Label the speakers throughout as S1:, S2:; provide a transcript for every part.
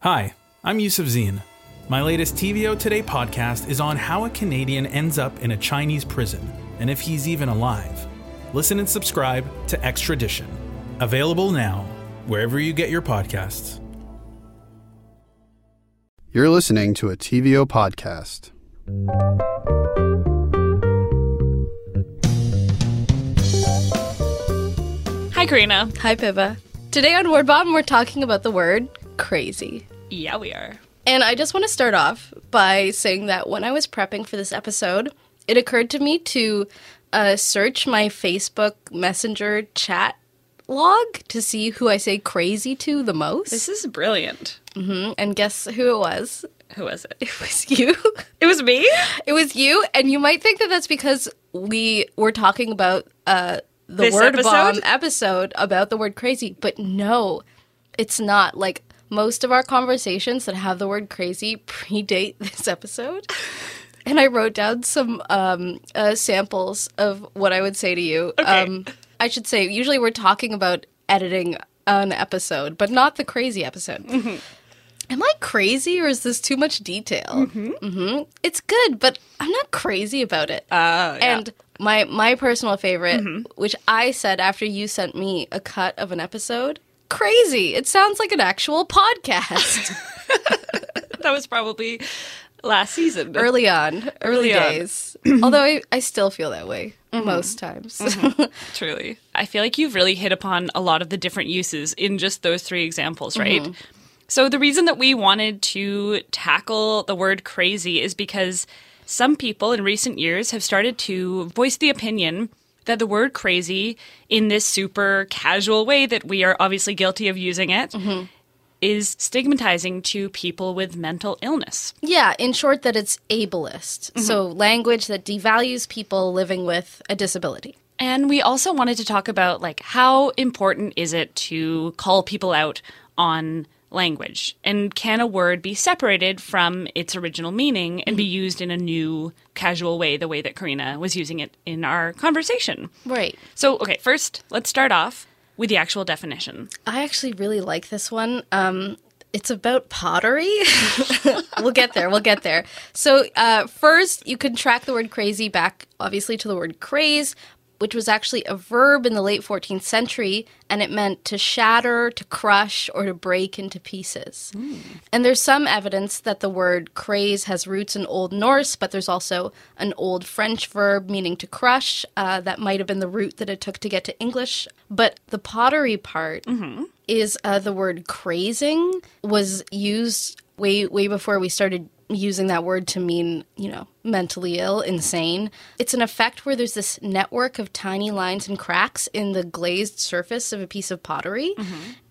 S1: Hi, I'm Yusuf Zine. My latest TVO Today podcast is on how a Canadian ends up in a Chinese prison and if he's even alive. Listen and subscribe to Extradition. Available now, wherever you get your podcasts.
S2: You're listening to a TVO podcast.
S3: Hi, Karina.
S4: Hi, Piva. Today on Word Bomb, we're talking about the word crazy.
S3: Yeah, we are.
S4: And I just want to start off by saying that when I was prepping for this episode, it occurred to me to uh, search my Facebook Messenger chat log to see who I say crazy to the most.
S3: This is brilliant.
S4: and guess who it was?
S3: Who was it?
S4: It was you.
S3: It was me?
S4: it was you. And you might think that that's because we were talking about uh, the
S3: This
S4: word
S3: episode?
S4: bomb episode about the word crazy, but no, it's not. Like most of our conversations that have the word crazy predate this episode. And I wrote down some um, uh, samples of what I would say to you. Um, I should say, usually we're talking about editing an episode, but not the crazy episode.
S3: Mm-hmm.
S4: Am I crazy or is this too much detail? Mm-hmm. It's good, but I'm not crazy about it.
S3: Ah,
S4: And my my personal favorite,
S3: Mm-hmm.
S4: which I said after you sent me a cut of an episode, crazy. It sounds like an actual podcast.
S3: That was probably last season.
S4: early on, early,
S3: Early on. Mm-hmm.
S4: days. Although I, I still feel that way most times.
S3: Truly. I feel like you've really hit upon a lot of the different uses in just those three examples, right? So, the reason that we wanted to tackle the word crazy is because some people in recent years have started to voice the opinion that the word crazy, in this super casual way that we are obviously guilty of using it, is stigmatizing to people with mental illness.
S4: yeah, in short, that it's ableist.
S3: Mm-hmm.
S4: So language that devalues people living with a disability.
S3: And we also wanted to talk about like how important is it to call people out on language? And can a word be separated from its original meaning and be used in a new casual way, the way that Karina was using it in our conversation?
S4: Right.
S3: So, okay, first, let's start off with the actual definition.
S4: I actually really like this one. Um, it's about pottery. we'll get there. We'll get there. So, uh, first, you can track the word crazy back, obviously, to the word craze, which was actually a verb in the late 14th century, and it meant to shatter, to crush, or to break into pieces. And there's some evidence that the word craze has roots in Old Norse, but there's also an old French verb meaning to crush uh, that might have been the root that it took to get to English. But the pottery part is uh, the word crazing was used way way before we started using that word to mean you know mentally ill insane it's an effect where there's this network of tiny lines and cracks in the glazed surface of a piece of pottery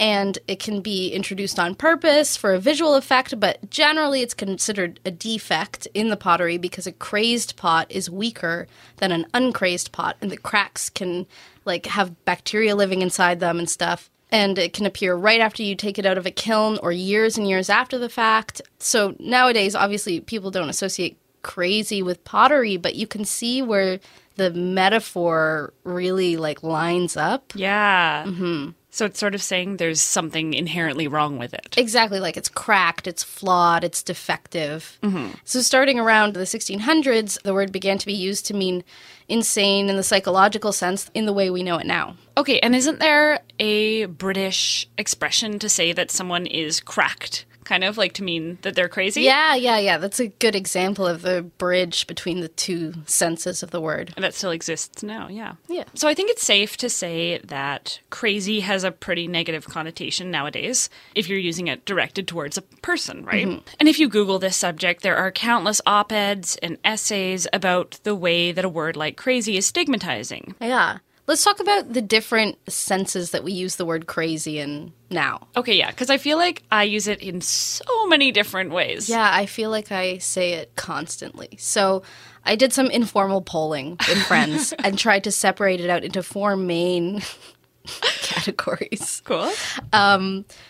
S4: and it can be introduced on purpose for a visual effect but generally it's considered a defect in the pottery because a crazed pot is weaker than an uncrazed pot and the cracks can like have bacteria living inside them and stuff and it can appear right after you take it out of a kiln or years and years after the fact. So nowadays, obviously, people don't associate crazy with pottery, but you can see where the metaphor really like lines up.
S3: Yeah. Mm-hmm. So it's sort of saying there's something inherently wrong with it.
S4: Exactly, like it's cracked, it's flawed, it's defective. So, starting around the 1600s, the word began to be used to mean insane in the psychological sense in the way we know it now.
S3: Okay, and isn't there a British expression to say that someone is cracked? Kind of like to mean that they're crazy?
S4: Yeah, yeah, yeah. That's a good example of the bridge between the two senses of the word.
S3: That still exists now, yeah.
S4: Yeah.
S3: So I think it's safe to say that crazy has a pretty negative connotation nowadays if you're using it directed towards a person, right?
S4: Mm-hmm.
S3: And if you Google this subject, there are countless op eds and essays about the way that a word like crazy is stigmatizing.
S4: Yeah. Let's talk about the different senses that we use the word crazy in now.
S3: Okay, yeah, because I feel like I use it in so many different ways.
S4: Yeah, I feel like I say it constantly. So I did some informal polling with friends and tried to separate it out into four main categories.
S3: Cool.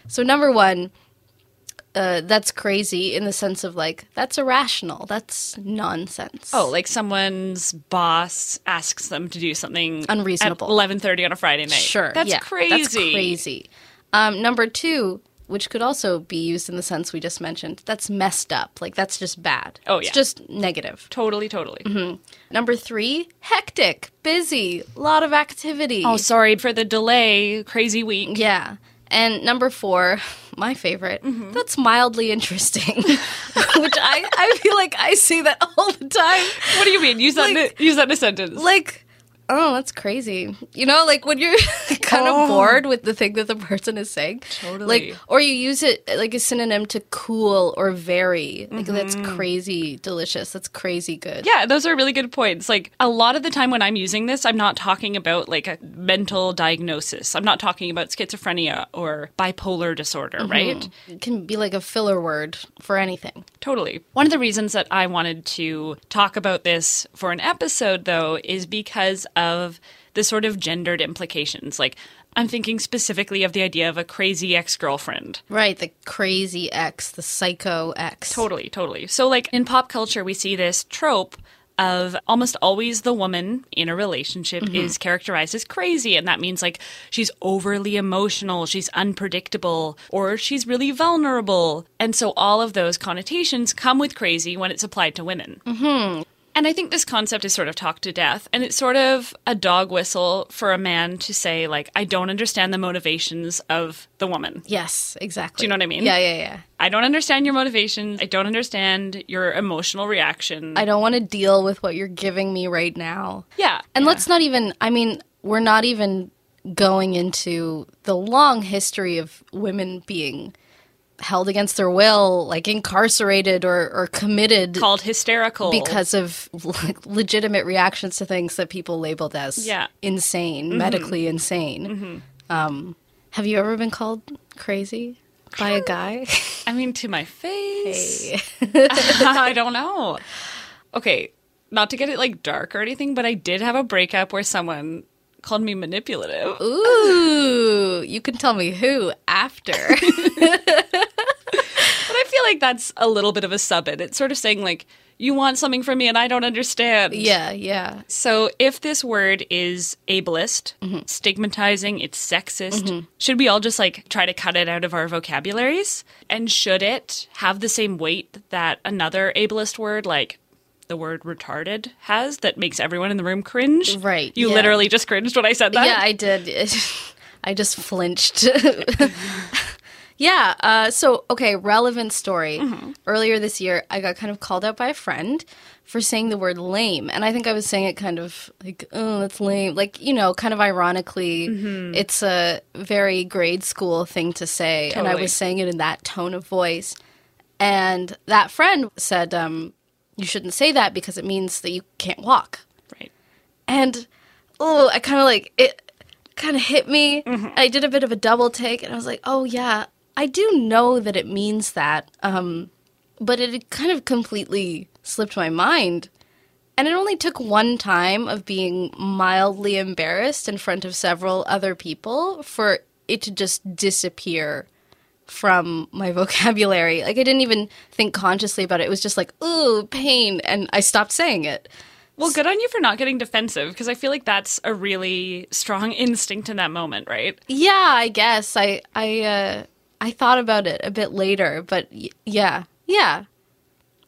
S4: So, number one, uh, that's crazy in the sense of like, that's irrational. That's nonsense.
S3: Oh, like someone's boss asks them to do something
S4: Unreasonable.
S3: at eleven thirty on a Friday night.
S4: Sure.
S3: that's
S4: yeah,
S3: crazy.
S4: That's crazy. Um, number two, which could also be used in the sense we just mentioned. That's messed up. Like, that's just bad.
S3: Oh, yeah.
S4: It's just negative.
S3: Totally, totally.
S4: Mm-hmm. Number three, hectic, busy, lot of activity.
S3: Oh, sorry for the delay. Crazy week.
S4: Yeah. And number four, my favorite, that's mildly interesting, which I, I feel like I see that all the time.
S3: What do you mean? Use that.
S4: Like-
S3: in a, use that in a sentence.
S4: Like, oh, that's crazy. You know, like when you're kind
S3: Oh.
S4: of bored with the thing that the person is saying.
S3: Totally.
S4: Like, or you use it like a synonym to cool or very. Like, that's crazy delicious. That's crazy good.
S3: Mm-hmm. Yeah, those are really good points. Like a lot of the time when I'm using this, I'm not talking about like a mental diagnosis. I'm not talking about schizophrenia or bipolar disorder,
S4: Mm-hmm.
S3: right?
S4: It can be like a filler word for anything.
S3: Totally. One of the reasons that I wanted to talk about this for an episode though is because of the sort of gendered implications. Like I'm thinking specifically of the idea of a crazy ex-girlfriend.
S4: Right. The crazy ex, the psycho ex.
S3: Totally, totally. So, like in pop culture, we see this trope of almost always the woman in a relationship is characterized as crazy. And that means like she's overly emotional, she's unpredictable, or she's really vulnerable. And so, all of those connotations come with crazy when it's applied to women. And I think this concept is sort of talked to death, and it's sort of a dog whistle for a man to say, like, I don't understand the motivations of the woman.
S4: Yes, exactly.
S3: Do you know what I mean?
S4: Yeah, yeah, yeah.
S3: I don't understand your motivations. I don't understand your emotional reaction.
S4: I don't want to deal with what you're giving me right now.
S3: yeah.
S4: And let's not even, I mean, we're not even going into the long history of women being held against their will, like incarcerated or, or committed
S3: called hysterical
S4: because of like, legitimate reactions to things that people labeled as
S3: Yeah. Mm-hmm.
S4: insane, medically insane. Um, have you ever been called crazy by a guy?
S3: I mean to my face. I don't know. Okay, not to get it like dark or anything, but I did have a breakup where someone called me manipulative.
S4: Ooh, you can tell me who after.
S3: But I feel like that's a little bit of a sub it. It's sort of saying like you want something from me and I don't understand.
S4: yeah, yeah.
S3: So if this word is ableist,
S4: Mm-hmm.
S3: stigmatizing, it's sexist, should we all just like try to cut it out of our vocabularies? And should it have the same weight that another ableist word like the word retarded has that makes everyone in the room cringe?
S4: Right,
S3: You
S4: yeah.
S3: literally just cringed when I said that.
S4: yeah, I did. I just flinched. yeah. Uh, so, okay, relevant story. Earlier this year, I got kind of called out by a friend for saying the word lame. And I think I was saying it kind of like, oh, that's lame. Like, you know, kind of ironically, it's a very grade school thing to say. And I
S3: Totally.
S4: was saying it in that tone of voice. And that friend said, um, you shouldn't say that because it means that you can't walk
S3: right.
S4: and oh i kind of like it kind of hit me i did a bit of a double take and i was like oh yeah i do know that it means that um but it had kind of completely slipped my mind and it only took one time of being mildly embarrassed in front of several other people for it to just disappear from my vocabulary. Like I didn't even think consciously about it. It was just like, ooh, pain, and I stopped saying it.
S3: Well, good on you for not getting defensive because I feel like that's a really strong instinct in that moment, right?
S4: Yeah, I guess I I uh, I thought about it a bit later, but y- yeah, yeah,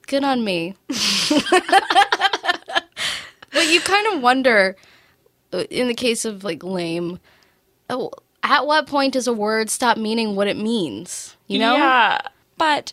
S4: good on me. but you kind of wonder, uh, in the case of like lame, oh, at what point does a word stop meaning what it means? You know?
S3: Yeah. But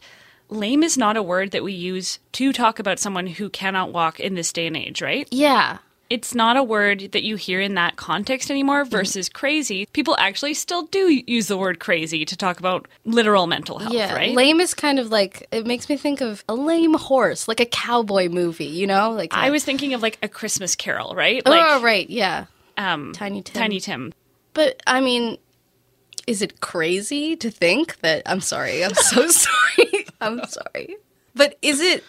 S3: lame is not a word that we use to talk about someone who cannot walk in this day and age, right?
S4: Yeah.
S3: It's not a word that you hear in that context anymore
S4: Mm-hmm.
S3: versus crazy. People actually still do use the word crazy to talk about literal mental health,
S4: Yeah,
S3: Oh, right?
S4: lame is kind of like it makes me think of a lame horse, like a cowboy movie, you know? Like
S3: I was thinking of like a Christmas carol, right?
S4: oh,
S3: Like
S4: right, yeah,
S3: um
S4: Tiny Tim.
S3: Tiny Tim.
S4: But I mean, is it crazy to think that I'm sorry, I'm so sorry. I'm sorry. But is it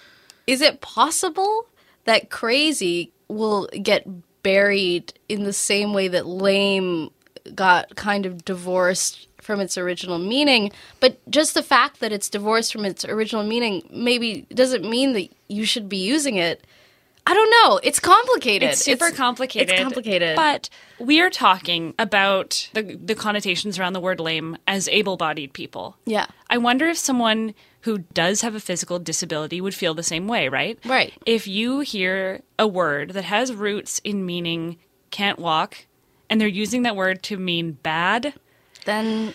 S4: is it possible that crazy will get buried in the same way that lame got kind of divorced from its original meaning, but just the fact that it's divorced from its original meaning maybe doesn't mean that you should be using it. I don't know. It's complicated.
S3: It's super complicated.
S4: It's complicated.
S3: But we are talking about the, the connotations around the word lame as able bodied people.
S4: Yeah.
S3: I wonder if someone who does have a physical disability would feel the same way, right?
S4: Right.
S3: If you hear a word that has roots in meaning can't walk and they're using that word to mean bad,
S4: then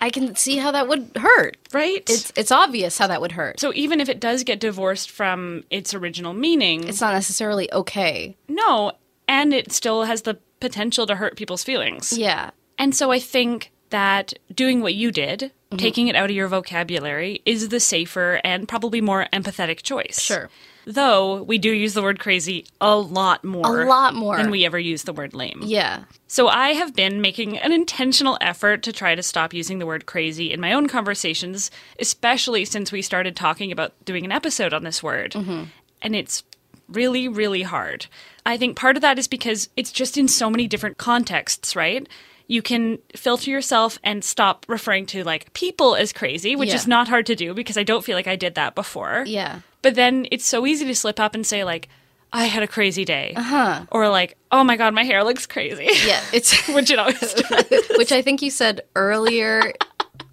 S4: I can see how that would hurt.
S3: right?
S4: It's it's obvious how that would hurt.
S3: so even if it does get divorced from its original meaning,
S4: It's not necessarily okay.
S3: no, and it still has the potential to hurt people's feelings.
S4: Yeah.
S3: And so I think that doing what you did,
S4: Mm-hmm.
S3: taking it out of your vocabulary, is the safer and probably more empathetic choice.
S4: Sure.
S3: Though we do use the word crazy a lot more.
S4: A lot more.
S3: Than we ever use the word lame.
S4: Yeah.
S3: So I have been making an intentional effort to try to stop using the word crazy in my own conversations, especially since we started talking about doing an episode on this word.
S4: Mm-hmm.
S3: And it's really, really hard. I think part of that is because it's just in so many different contexts, right? You can filter yourself and stop referring to like people as crazy, which
S4: Yeah.
S3: is not hard to do because I don't feel like I did that before.
S4: Yeah.
S3: But then it's so easy to slip up and say like, I had a crazy day. Uh-huh. Or like, oh my god, my hair looks crazy.
S4: Yeah. It's
S3: Which it always does.
S4: which I think you said earlier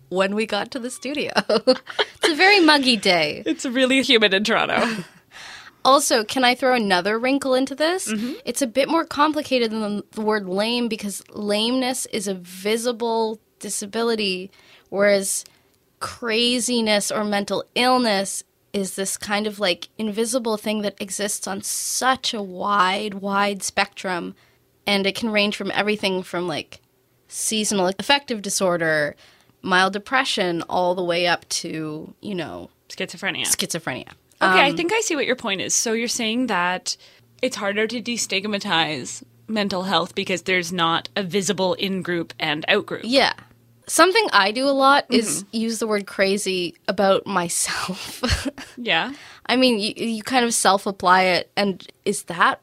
S4: when we got to the studio. it's a very muggy day.
S3: It's really humid in Toronto.
S4: Also, can I throw another wrinkle into this? It's a bit more complicated than the word lame because lameness is a visible disability, whereas craziness or mental illness is this kind of like invisible thing that exists on such a wide, wide spectrum. And it can range from everything from like seasonal affective disorder, mild depression, all the way up to, you know,
S3: Schizophrenia.
S4: schizophrenia.
S3: okay, I think I see what your point is. So you're saying that it's harder to destigmatize mental health because there's not a visible in group and out group.
S4: Yeah. Something I do a lot is use the word crazy about myself.
S3: Yeah.
S4: I mean, you, you kind of self apply it, and is that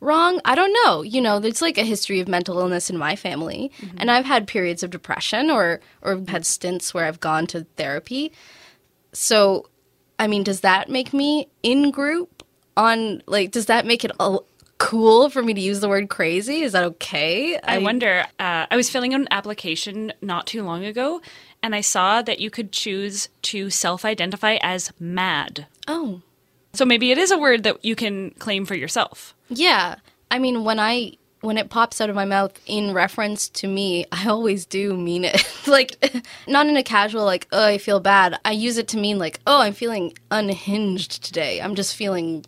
S4: wrong? I don't know. You know, there's like a history of mental illness in my family, and I've had periods of depression or, or had stints where I've gone to therapy. So, I mean, does that make me in group on, like, does that make it all cool for me to use the word crazy? Is that okay?
S3: I wonder. Uh, I was filling out an application not too long ago, and I saw that you could choose to self-identify as mad.
S4: Oh.
S3: So maybe it is a word that you can claim for yourself.
S4: Yeah. I mean, when I when it pops out of my mouth in reference to me, I always do mean it. like not in a casual like, "Oh, I feel bad." I use it to mean like, "Oh, I'm feeling unhinged today. I'm just feeling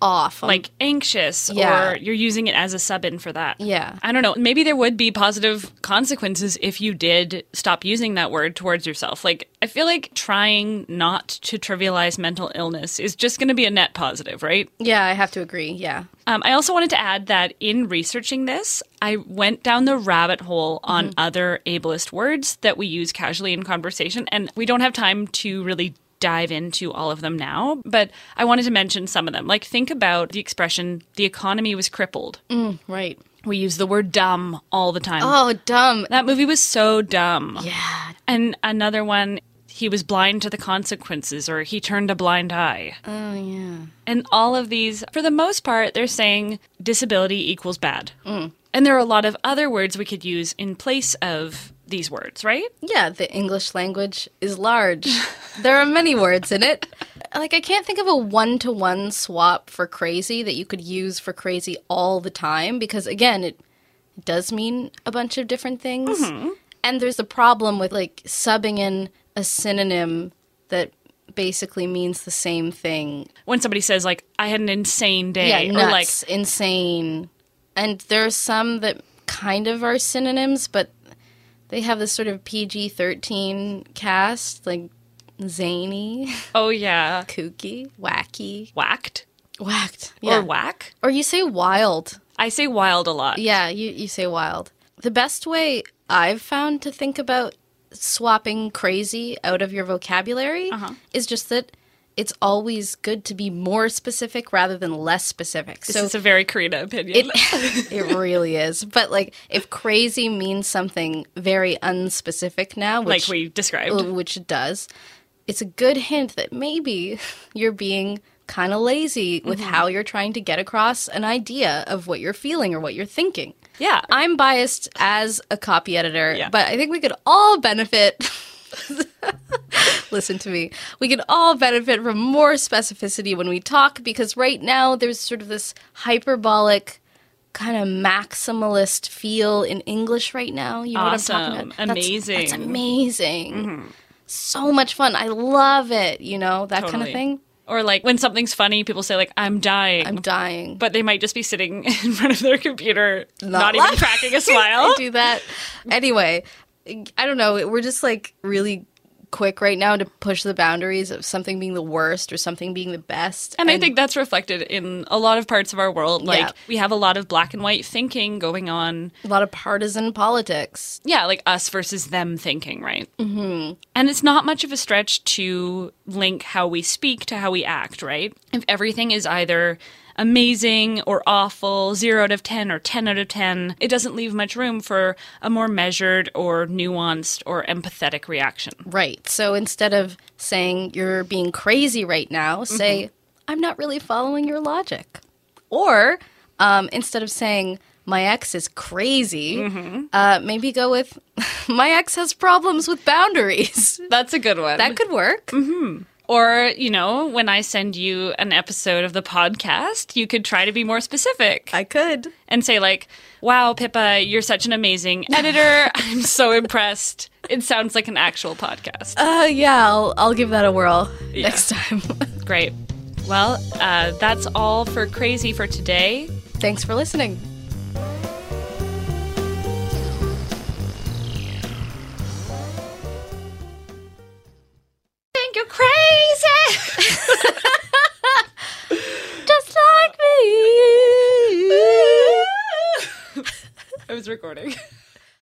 S4: off." I'm-
S3: Like anxious,
S4: Um, Yeah.
S3: or you're using it as a sub in for that.
S4: Yeah.
S3: I don't know. Maybe there would be positive consequences if you did stop using that word towards yourself. Like, I feel like trying not to trivialize mental illness is just going to be a net positive, right?
S4: yeah, I have to agree. Yeah.
S3: Um, I also wanted to add that in researching this, I went down the rabbit hole on
S4: Mm-hmm.
S3: other ableist words that we use casually in conversation, and we don't have time to really dive into all of them now, but I wanted to mention some of them. Like, think about the expression, the economy was crippled.
S4: Right.
S3: We use the word dumb all the time.
S4: Mm. Oh, dumb.
S3: That movie was so dumb.
S4: Yeah.
S3: And another one, he was blind to the consequences or he turned a blind eye.
S4: Oh, yeah.
S3: And all of these, for the most part, they're saying disability equals bad. And there are a lot of other words we could use in place of these words, right?
S4: Yeah, the English language is large. there are many words in it. Like, I can't think of a one to one swap for crazy that you could use for crazy all the time because, again, it does mean a bunch of different things. And there's the problem with like subbing in a synonym that basically means the same thing.
S3: When somebody says, like, I had an insane day,
S4: yeah,
S3: or like,
S4: nuts, insane. And there are some that kind of are synonyms, but they have this sort of PG thirteen cast, like zany,
S3: oh yeah,
S4: kooky, wacky,
S3: whacked
S4: whacked, yeah.
S3: or whack.
S4: or you say wild.
S3: I say wild a lot.
S4: Yeah, you, you say wild. The best way I've found to think about swapping crazy out of your vocabulary
S3: Uh-huh.
S4: is just that it's always good to be more specific rather than less specific.
S3: This
S4: so
S3: is a very Karina opinion.
S4: It, it really is. But like, if crazy means something very unspecific now,
S3: like
S4: which,
S3: we described.
S4: which it does, it's a good hint that maybe you're being kind of lazy with
S3: Mm-hmm.
S4: how you're trying to get across an idea of what you're feeling or what you're thinking.
S3: Yeah.
S4: I'm biased as a copy editor,
S3: Yeah.
S4: but I think we could all benefit. Listen to me. We could all benefit from more specificity when we talk because right now there's sort of this hyperbolic kind of maximalist feel in English right now. You know what I'm
S3: Awesome.
S4: talking about? That's- That's,
S3: Amazing.
S4: amazing. So much fun. I love it, you know, that kind
S3: Totally.
S4: of thing.
S3: Or like when something's funny, people say like I'm dying.
S4: I'm dying.
S3: but they might just be sitting in front of their computer, not, even
S4: laugh.
S3: cracking a
S4: I
S3: smile.
S4: do that. Anyway, I don't know. We're just like really quick right now to push the boundaries of something being the worst or something being the best.
S3: And I think that's reflected in a lot of parts of our world. Like
S4: Yeah.
S3: we have a lot of black and white thinking going on.
S4: a lot of partisan politics.
S3: Yeah, like us versus them thinking, right? Mm-hmm. And it's not much of a stretch to link how we speak to how we act, right? If everything is either amazing or awful, zero out of 10 or 10 out of 10, it doesn't leave much room for a more measured or nuanced or empathetic reaction.
S4: Right. So instead of saying you're being crazy right now,
S3: Mm-hmm.
S4: say, I'm not really following your logic. Or um, instead of saying, my ex is crazy,
S3: Mm-hmm.
S4: uh, maybe go with, my ex has problems with boundaries.
S3: That's a good one. Mm-hmm.
S4: That could work.
S3: Or, you know, when I send you an episode of the podcast, you could try to be more specific
S4: I could.
S3: and say, like, wow, Pippa, you're such an amazing editor. I'm so impressed. It sounds like an actual podcast.
S4: Uh, yeah, I'll, I'll give that a whirl next time.
S3: Great. Well, uh, that's all for Crazy for today.
S4: Thanks for listening.